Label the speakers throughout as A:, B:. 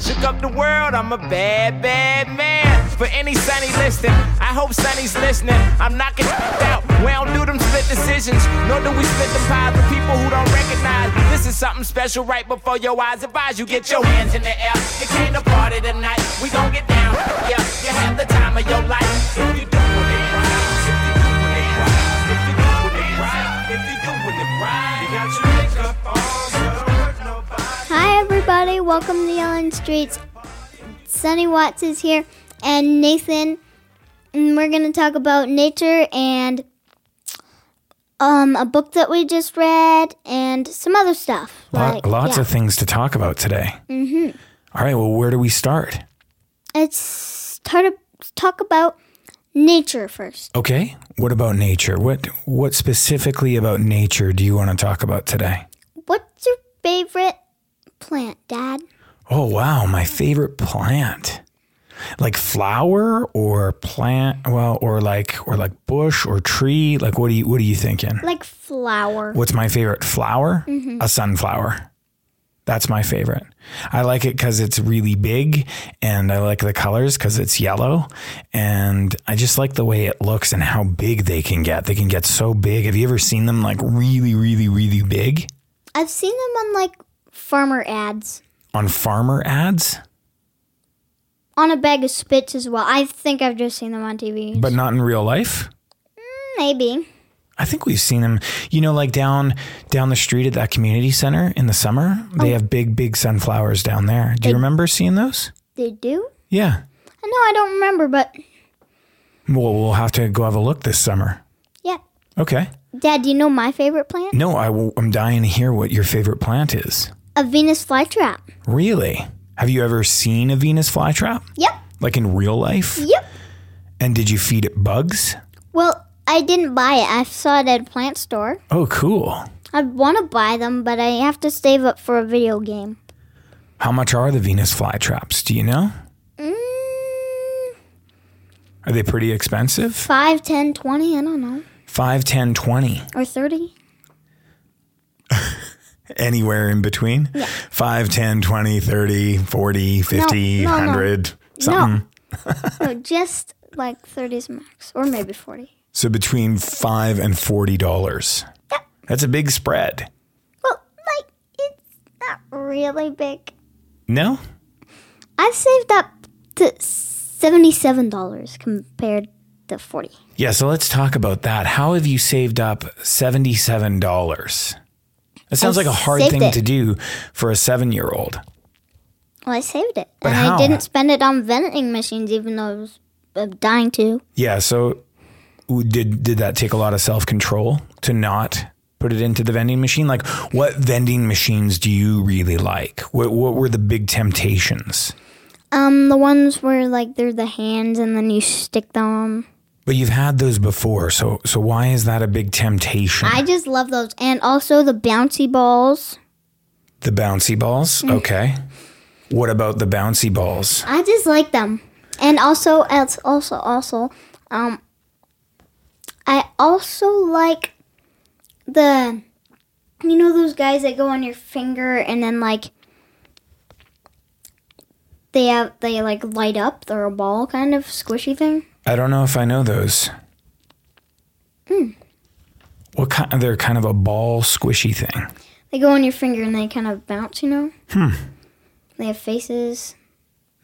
A: Shook up the world, I'm a bad, bad man. For any Sunny listening, I hope Sunny's listening. I'm knocking out. We don't do them split decisions, nor do we split the pies with people who don't recognize. This is something special right before your eyes. Advise you get your hands in the air. It came to party tonight. We gon' get down. Yeah, you have the time of your life. If you do it right, if you do it right, if you do it right, if you do it right, you got your makeup on, so don't hurt nobody.
B: Hi, everybody. Welcome to Yelling Streets. Sunny Watts is here, and Nathan. And we're going to talk about nature and um, a book that we just read and some other stuff.
C: Lot,
B: like-
C: lots
B: yeah.
C: of things to talk about today. Mm-hmm. right, well, where do we start?
B: Let's start to talk about nature first.
C: Okay, what about nature? What what specifically about nature do you want to talk about today?
B: What's your favorite plant, Dad?
C: Oh wow, my favorite plant. Like flower or plant, well, or like or like bush or tree. Like what do you what are you thinking?
B: Like flower.
C: What's my favorite flower? A sunflower. That's my favorite. I like it because it's really big and I like the colors because it's yellow. And I just like the way it looks and how big they can get. They can get so big. Have you ever seen them like really, really, really big
B: I've seen them on like farmer ads.
C: on farmer ads,
B: On a bag of spits as well. I think I've just seen them on TV.
C: but not in real life?
B: Maybe.
C: I think we've seen them, you know, like down down the street at that community center in the summer. They have big, big sunflowers down there. Do you remember seeing those?
B: They do?
C: Yeah.
B: I know I don't remember, but
C: Well, we'll have to go have a look this summer.
B: yeah.
C: Okay.
B: Dad, do you know my favorite plant?
C: No, I w- I'm dying to hear what your favorite plant is.
B: A Venus flytrap.
C: Really? Have you ever seen a Venus flytrap?
B: Yep.
C: Like in real life?
B: Yep.
C: And did you feed it bugs?
B: Well, I didn't buy it. I saw it at a plant store.
C: Oh, cool.
B: I want to buy them, but I have to save up for a video game.
C: How much are the Venus flytraps? Do you know?
B: Mm,
C: Are they pretty expensive?
B: 5, 10, 20, I don't know.
C: 5, 10, 20,
B: Or 30.
C: anywhere in between? Yeah. 5, 10, 20, 30, 40, 50,
B: no, no.
C: 100, something.
B: No, just like 30s max. Or maybe 40.
C: So between 5 and $40. That's a big spread.
B: Well, like, it's not really big.
C: No?
B: I've saved up to $77 compared to 40
C: Yeah, so let's talk about that. How have you saved up $77? That sounds like a hard
B: saved
C: thing
B: it.
C: to do for a seven year old.
B: Well, I saved it.
C: But
B: and
C: how?
B: I didn't spend it on vending machines, even though I was uh, dying to.
C: Yeah, so w- did, did that take a lot of self control to not put it into the vending machine? Like, what vending machines do you really like? What, what were the big temptations?
B: Um, the ones where, like, they're the hands and then you stick them.
C: But you've had those before, so so why is that a big temptation?
B: I just love those. And also the bouncy balls.
C: the bouncy balls,
B: Mm.
C: okay. What about the bouncy balls?
B: I just like them. And also, it's also, also, um, I also like the, you know, those guys that go on your finger and then like they have they like light up. They're a ball kind of squishy thing.
C: I don't know if I know those.
B: Hmm.
C: What kind? They're kind of a ball squishy thing.
B: They go on your finger and they kind of bounce. You know. Hmm. They have faces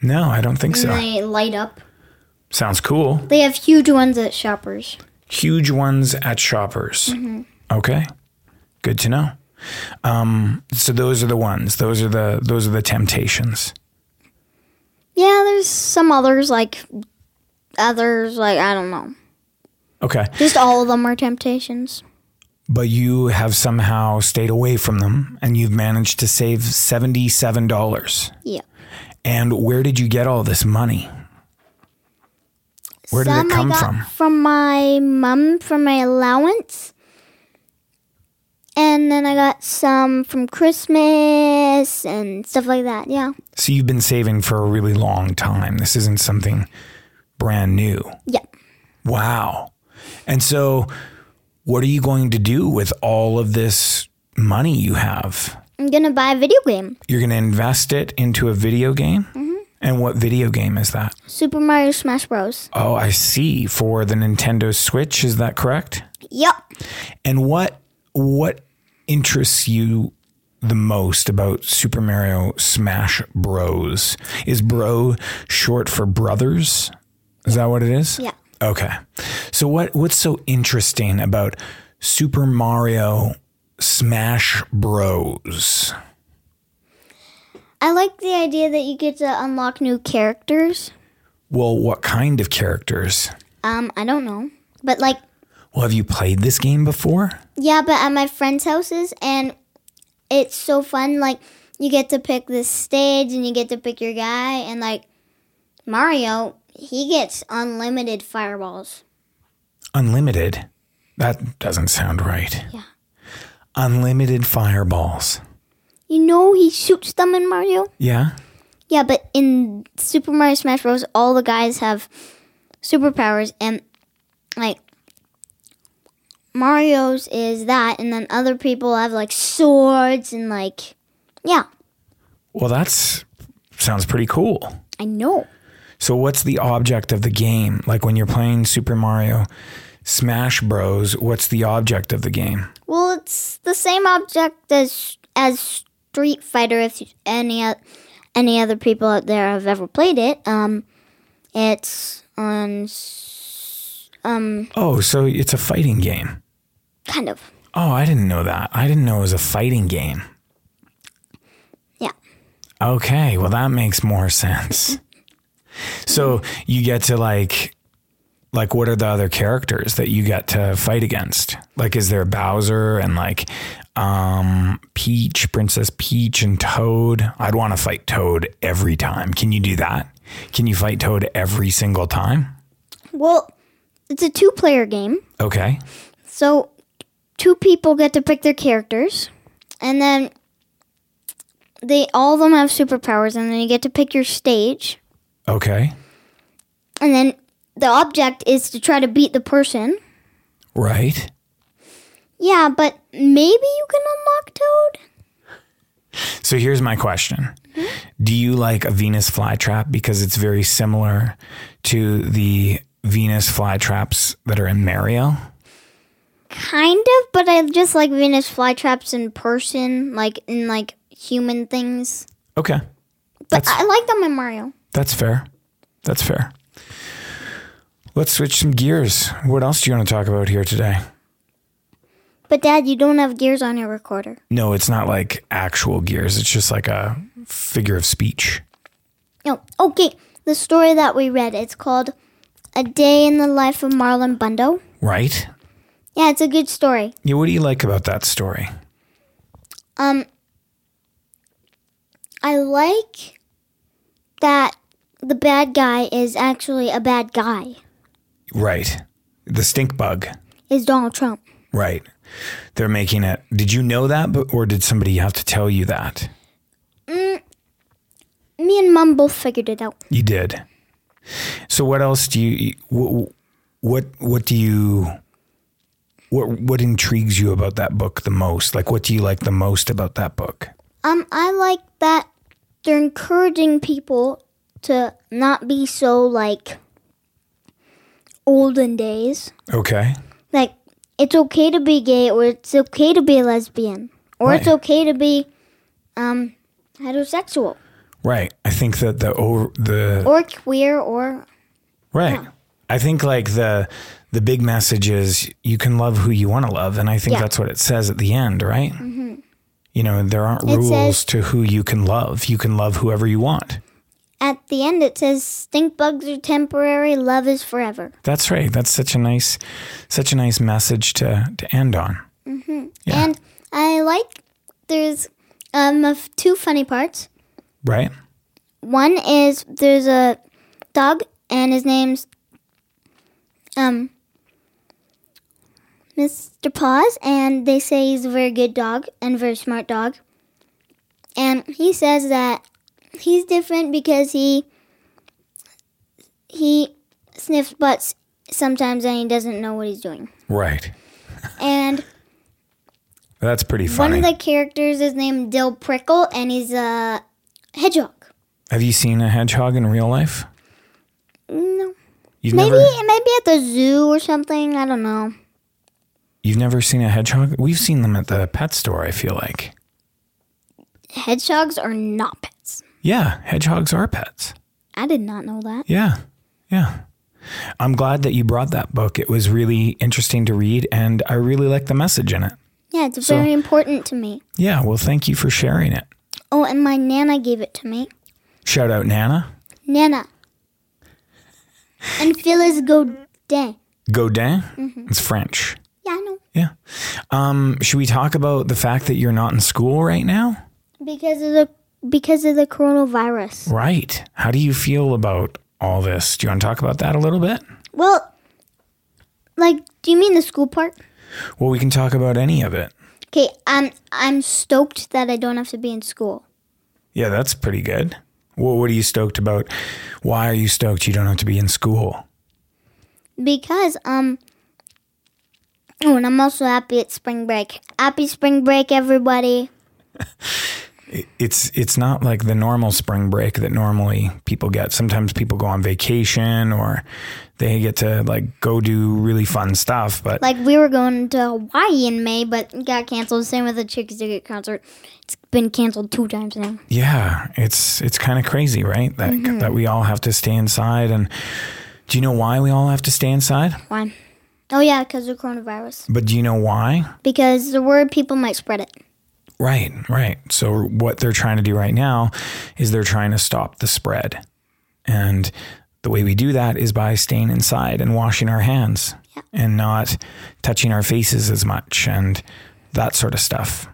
C: No, I don't think
B: and
C: so.
B: they light up.
C: Sounds cool.
B: They have huge ones at Shoppers.
C: Huge ones at Shoppers.
B: Mm-hmm.
C: Okay, good to know. Um, so those are the ones. Those are the those are the temptations.
B: Yeah, there's some others like others like I don't know.
C: Okay,
B: Just all of them are temptations.
C: but you have somehow stayed away from them, and you've managed to save seventy seven dollars.
B: Yeah.
C: And where did you get all this money? Where did
B: Some
C: it come
B: I got
C: from?
B: From my mom, from my allowance. And then I got some from Christmas and stuff like that. Yeah.
C: So you've been saving for a really long time. This isn't something brand new.
B: Yeah.
C: Wow. And so what are you going to do with all of this money you have?
B: I'm gonna buy a video game.
C: You're going to invest it into a video game? And what video game is that?
B: Super Mario Smash Bros.
C: Oh, I see. For the Nintendo Switch, is that correct?
B: Yep.
C: And what what interests you the most about Super Mario Smash Bros? Is bro short for brothers? Is that what it is?
B: Yeah.
C: Okay. So what what's so interesting about Super Mario Smash Bros?
B: I like the idea that you get to unlock new characters.
C: Well, what kind of characters?
B: Um, I don't know. But like
C: Well, have you played this game before?
B: yeah, but at my friends' houses and it's so fun, like you get to pick this stage and you get to pick your guy and like Mario, he gets unlimited fireballs.
C: Unlimited. That doesn't sound right.
B: Yeah.
C: Unlimited fireballs.
B: You know he shoots them in Mario?
C: Yeah.
B: Yeah, but in Super Mario Smash Bros, all the guys have superpowers, and like Mario's is that, and then other people have like swords and like, yeah,
C: Well, that's sounds pretty cool.
B: I know.
C: So what's the object of the game? Like when you're playing Super Mario Smash Bros, what's the object of the game?
B: Well, it's the same object as as Street Fighter. If any o- any other people out there have ever played it, um, it's on s- um
C: Oh, so it's a fighting game.
B: kind of
C: Oh, I didn't know that. I didn't know it was a fighting game.
B: yeah.
C: Okay, well that makes more sense. so you get to like like what are the other characters that you get to fight against? Like is there Bowser and like um Peach, Princess Peach and Toad? I'd want to fight Toad every time. Can you do that? Can you fight Toad every single time?
B: Well, it's a two player game.
C: Okay.
B: So, two people get to pick their characters, and then they all of them have superpowers, and then you get to pick your stage,
C: Okay.
B: and then the object is to try to beat the person.
C: Right.
B: Yeah, but maybe you can unlock Toad.
C: So here's my question.
B: Mm-hmm.
C: Do you like a Venus flytrap because it's very similar to the Venus flytraps that are in Mario?
B: Kind of, but I just like Venus flytraps in person, like in like human things.
C: Okay.
B: But
C: That's-
B: I like them in Mario.
C: That's fair. That's fair. Let's switch some gears. What else do you want to talk about here today?
B: But Dad, you don't have gears on your recorder.
C: No, it's not like actual gears. It's just like a figure of speech.
B: No. Okay. The story that we read, it's called A Day in the Life of Marlon Bundo.
C: Right?
B: Yeah, it's a good story.
C: Yeah, what do you like about that story?
B: Um I like that the bad guy is actually a bad guy.
C: Right. The stink bug.
B: Is Donald Trump.
C: Right. They're making it. Did you know that, but- or did somebody have to tell you that?
B: Me and Mum both figured it out.
C: You did. So what else do you what what, what do you what what intrigues you about that book the most? Like what do you like the most about that book?
B: Um I like that they're encouraging people to not be so like olden days.
C: Okay.
B: like it's okay to be gay or it's okay to be a lesbian or it's
C: Right.
B: okay to be um heterosexual
C: Right. I think that the over the
B: or queer or
C: Right. I think like the the big message is you can love who you want to love, and I think
B: Yeah. Mm-hmm.
C: that's what it says at the end, right? You know, there aren't rules
B: says-
C: to who you can love. You can love whoever you want.
B: at the end it says stink bugs are temporary love is forever
C: That's right. That's such a nice, such a nice message to to end on. Yeah.
B: and i like there's um of two funny parts
C: Right.
B: one is there's a dog and his name's um Mr. Paws and they say he's a very good dog and very smart dog. And he says that he's different because he he sniffs butts sometimes and he doesn't know what he's doing.
C: Right.
B: And
C: That's pretty funny.
B: One of the characters is named Dill Prickle, and he's a hedgehog.
C: Have you seen a hedgehog in real life?
B: No,
C: You've
B: maybe
C: Mm, never
B: maybe at the zoo or something. I don't know.
C: you've never seen a hedgehog? We've seen them at the pet store, I feel like.
B: Hedgehogs are not pets.
C: Yeah, hedgehogs are pets.
B: I did not know that.
C: Yeah. Yeah. I'm glad that you brought that book. It was really interesting to read and I really like the message in it.
B: Yeah, it's very important to me.
C: Yeah, well, thank you for sharing it.
B: Oh, and my nana gave it to me.
C: Shout out Nana.
B: Nana. And Phyllis Godet.
C: Godin. It's French.
B: Yeah, I know.
C: Yeah. Um, should we talk about the fact that you're not in school right now?
B: Because of the because of the coronavirus.
C: Right. How do you feel about all this? Do you want to talk about that a little bit?
B: Well, like, do you mean the school part?
C: Well, we can talk about any of it.
B: Okay, um, I'm stoked that I don't have to be in school.
C: Yeah, that's pretty good. Well, what are you stoked about? Why are you stoked you don't have to be in school?
B: Because um Oh, and I'm also happy it's spring break. Happy spring break, everybody.
C: It's it's not like the normal spring break that normally people get. Sometimes people go on vacation or they get to like go do really fun stuff, but
B: Like we were going to Hawaii in May, but it got canceled. Same with the Chicks Ticket concert. It's been canceled two times now.
C: yeah, it's it's kind of crazy, right? That that we all have to stay inside and do you know why we all have to stay inside?
B: Why? Oh yeah, because of coronavirus.
C: But do you know why?
B: Because the word people might spread it.
C: Right, right. So what they're trying to do right now is they're trying to stop the spread. And the way we do that is by staying inside and washing our hands and not touching our faces as much and that sort of stuff.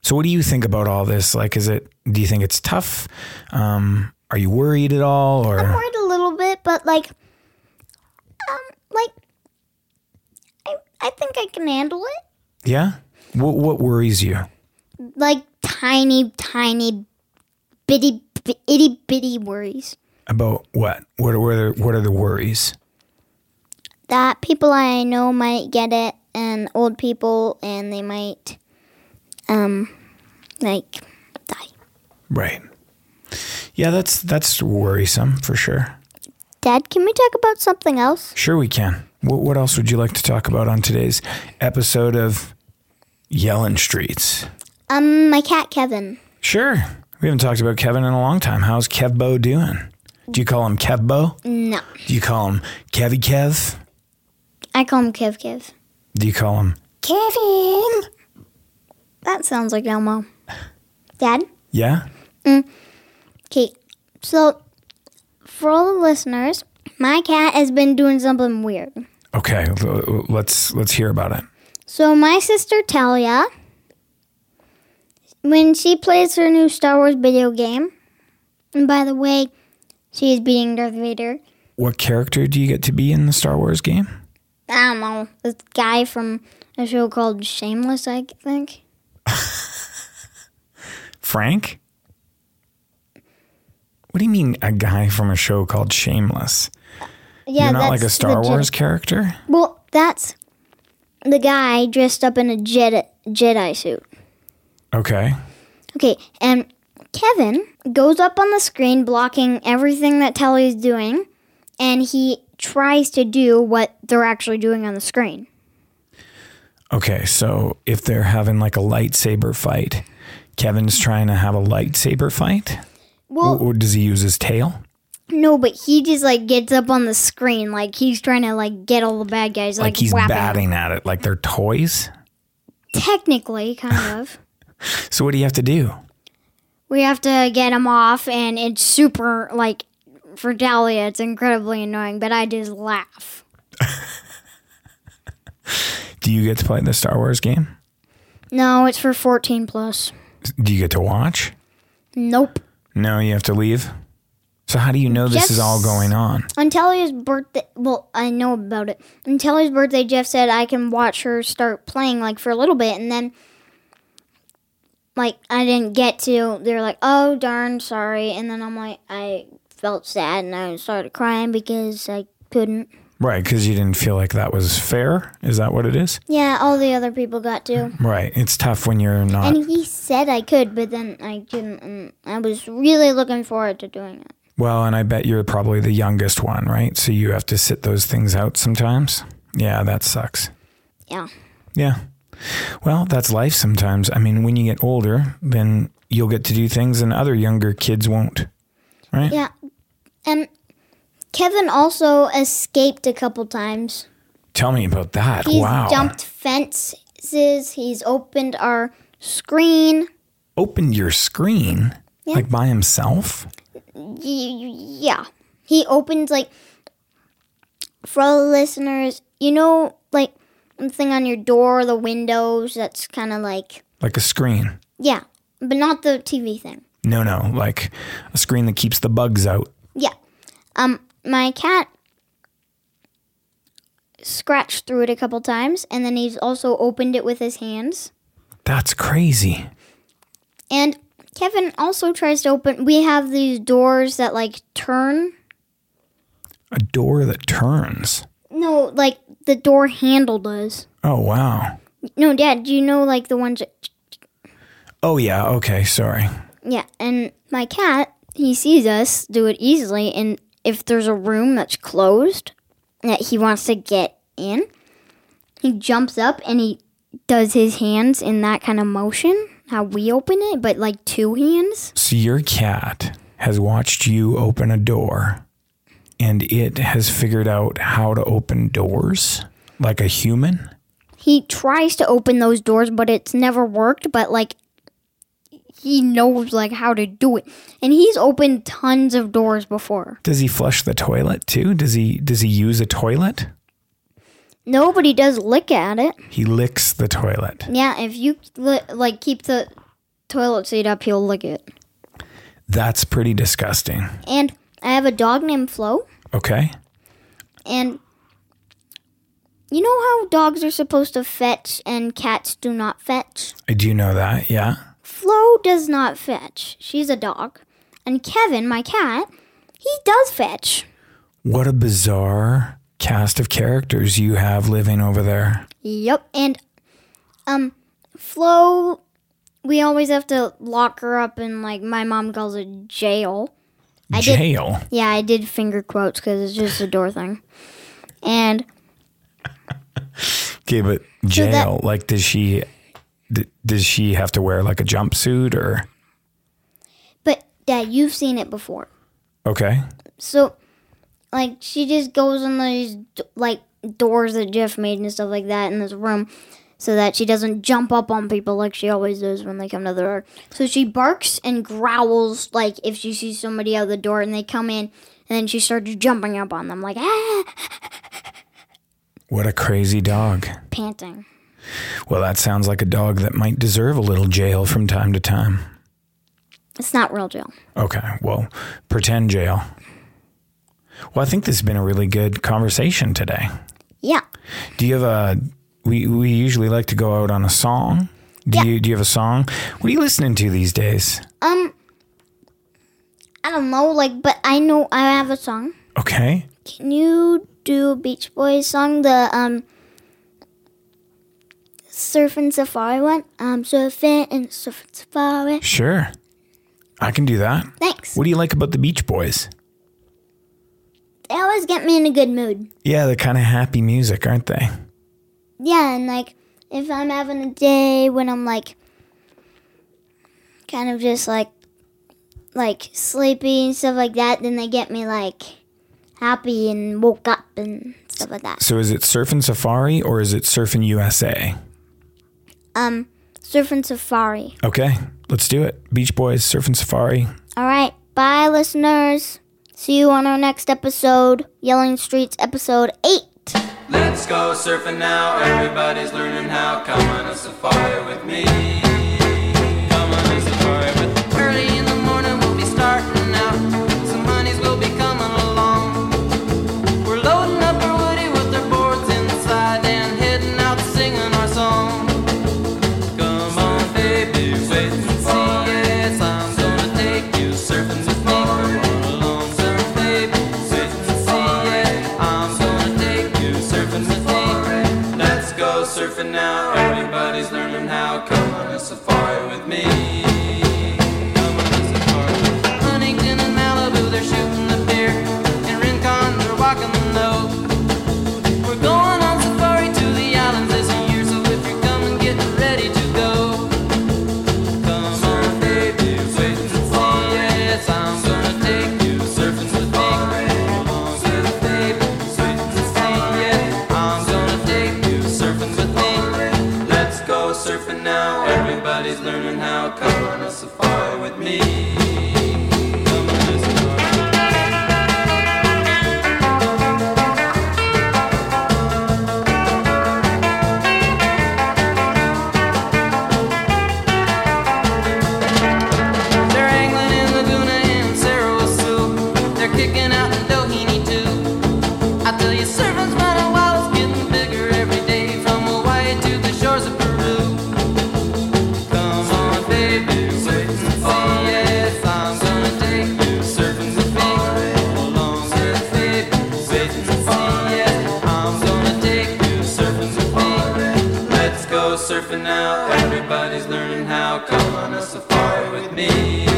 C: So what do you think about all this? Like is it do you think it's tough? Um are you worried at all or
B: Worried a little bit, but like, um, like, I I think I can handle it.
C: yeah? What what worries you?
B: Like tiny, tiny, bitty, bi- itty bitty worries
C: About what? What are what are, what are the worries?
B: that people I know might get it, and old people, and they might, um, like, die.
C: Right. Yeah, that's that's worrisome for sure.
B: Dad, can we talk about something else?
C: Sure, we can. What, what else would you like to talk about on today's episode of Yellin' Streets?
B: Um, my cat Kevin.
C: Sure. We haven't talked about Kevin in a long time. How's Kevbo doing? Do you call him Kevbo?
B: No,
C: Do you call him Kevy Kev?
B: I call him Kev Kev.
C: Do you call him?
B: Kevin. That sounds like Elmo. Dad?
C: Yeah.
B: Okay, so for all the listeners, my cat has been doing something weird.
C: Okay. l- l- Let's let's hear about it.
B: So my sister Talia, when she plays her new Star Wars video game, and by the way, she is beating Darth Vader.
C: What character do you get to be in the Star Wars game?
B: I don't know this guy from a show called Shameless, I think.
C: Frank? What do you mean a guy from a show called Shameless?
B: Yeah,
C: You're not like a
B: that's
C: Star
B: the Jedi-
C: Wars character?
B: Well, that's the guy dressed up in a Jedi, Jedi suit.
C: Okay.
B: Okay, and Kevin goes up on the screen blocking everything that Telly's doing, and he tries to do what they're actually doing on the screen.
C: Okay, so if they're having like a lightsaber fight, Kevin's trying to have a lightsaber fight.
B: Well,
C: Or does he use his tail?
B: no, but he just like gets up on the screen, like he's trying to like get all the bad guys, like,
C: Like he's
B: whapping them.
C: batting at it like they're toys.
B: Technically, kind of.
C: So what do you have to do?
B: We have to get him off, and it's super like for Talia, it's incredibly annoying. But I just laugh.
C: Do you get to play the Star Wars game?
B: No, it's for fourteen plus.
C: Do you get to watch?
B: Nope.
C: No, you have to leave. So how do you know this is all
B: Yes.
C: going on?
B: Until his birthday, well, I know about it. Until his birthday, Jeff said I can watch her start playing like for a little bit, and then like I didn't get to. They're like, "Oh darn, sorry," and then I'm like, I felt sad and I started crying because I couldn't.
C: Right, because you didn't feel like that was fair. Is that what it is?
B: Yeah, all the other people got to.
C: Right. It's tough when you're not.
B: And he said I could, but then I didn't. And I was really looking forward to doing it.
C: Well, and I bet you're probably the youngest one, right? So you have to sit those things out sometimes. Yeah, that sucks.
B: Yeah.
C: Yeah. Well, that's life sometimes. I mean, when you get older, then you'll get to do things and other younger kids won't. Right?
B: Yeah. And Kevin also escaped a couple times.
C: Tell me about that.
B: He's
C: wow.
B: jumped fences, he's opened our screen.
C: Opened your screen like by himself?
B: Y- yeah. He opened, like, for all the listeners, you know, like, something on your door, the windows, that's kind of like,
C: Like a screen.
B: yeah, but not the TV thing.
C: No, no, like a screen that keeps the bugs out.
B: Yeah. Um, my cat scratched through it a couple times, and then he's also opened it with his hands.
C: That's crazy.
B: And Kevin also tries to open. We have these doors that like turn.
C: A door that turns.
B: No, like the door handle does.
C: Oh, wow.
B: No, Dad, do you know like the ones? That,
C: Oh, yeah. Okay. Sorry.
B: yeah, and my cat, he sees us do it easily, and if there's a room that's closed that he wants to get in, he jumps up and he does his hands in that kind of motion. How we open it, but like two hands.
C: So your cat has watched you open a door and it has figured out how to open doors like a human?
B: he tries to open those doors but it's never worked but like he knows like how to do it and he's opened tons of doors before
C: Does he flush the toilet too? Does he does he use a toilet?
B: nobody does lick at it
C: He licks the toilet.
B: yeah if you li- like keep the toilet seat up he'll lick it
C: That's pretty disgusting.
B: and i have a dog named flo
C: Okay?
B: and you know how dogs are supposed to fetch and cats do not fetch
C: I do know that. Yeah.
B: Flo does not fetch. She's a dog. And Kevin, my cat, he does fetch.
C: What a bizarre cast of characters you have living over there.
B: Yep. And um Flo we always have to lock her up in like my mom calls it jail. I did-
C: Jail.
B: Yeah, I did finger quotes because it's just a door thing. And
C: Okay, but
B: that-
C: jail. like, does she d- does she have to wear like a jumpsuit or?
B: but Dad, you've seen it before.
C: Okay,
B: So like she just goes on these d- like doors that Jeff made and stuff like that in this room so that she doesn't jump up on people like she always does when they come to the door. So she barks and growls like if she sees somebody out the door and they come in and then she starts jumping up on them like ah
C: what a crazy dog.
B: panting.
C: Well, that sounds like a dog that might deserve a little jail from time to time.
B: It's not real jail.
C: Okay, well, pretend jail. Well, I think this has been a really good conversation today.
B: Yeah.
C: Do you have a? We we usually like to go out on a song. Do you do you have a song? What are you listening to these days?
B: I don't know like but I know I have a song.
C: Okay,
B: Can you do a Beach Boys song? The um, Surf and Safari one. I'm surfing and surf and safari.
C: sure, I can do that.
B: Thanks.
C: What do you like about the Beach Boys?
B: They always get me in a good mood.
C: Yeah, they're kind of happy music, aren't they?
B: Yeah, and like if I'm having a day when I'm like, kind of just like, like sleepy and stuff like that, then they get me like happy and woke up and stuff like that.
C: So is it Surfin' Safari or is it Surfin' USA?
B: Um, surf and safari.
C: Okay, let's do it. Beach Boys, Surfin' Safari.
B: All right. Bye, listeners. See you on our next episode, Yelling Streets, episode 8.
D: Let's go surfing now. Everybody's learning how. Come on a safari with me. Come on a safari with me. Early in the morning, we'll be starting out. Some honeys will be coming along. We're loading up our woody with our boards inside and heading out singing our song. Come on, baby, wait and see. Yes, I'm gonna take you surfing with me. Come on along, surf, baby, wait and see. Yeah, I'm gonna take surfing now. Everybody's learning how. Come on a safari with me.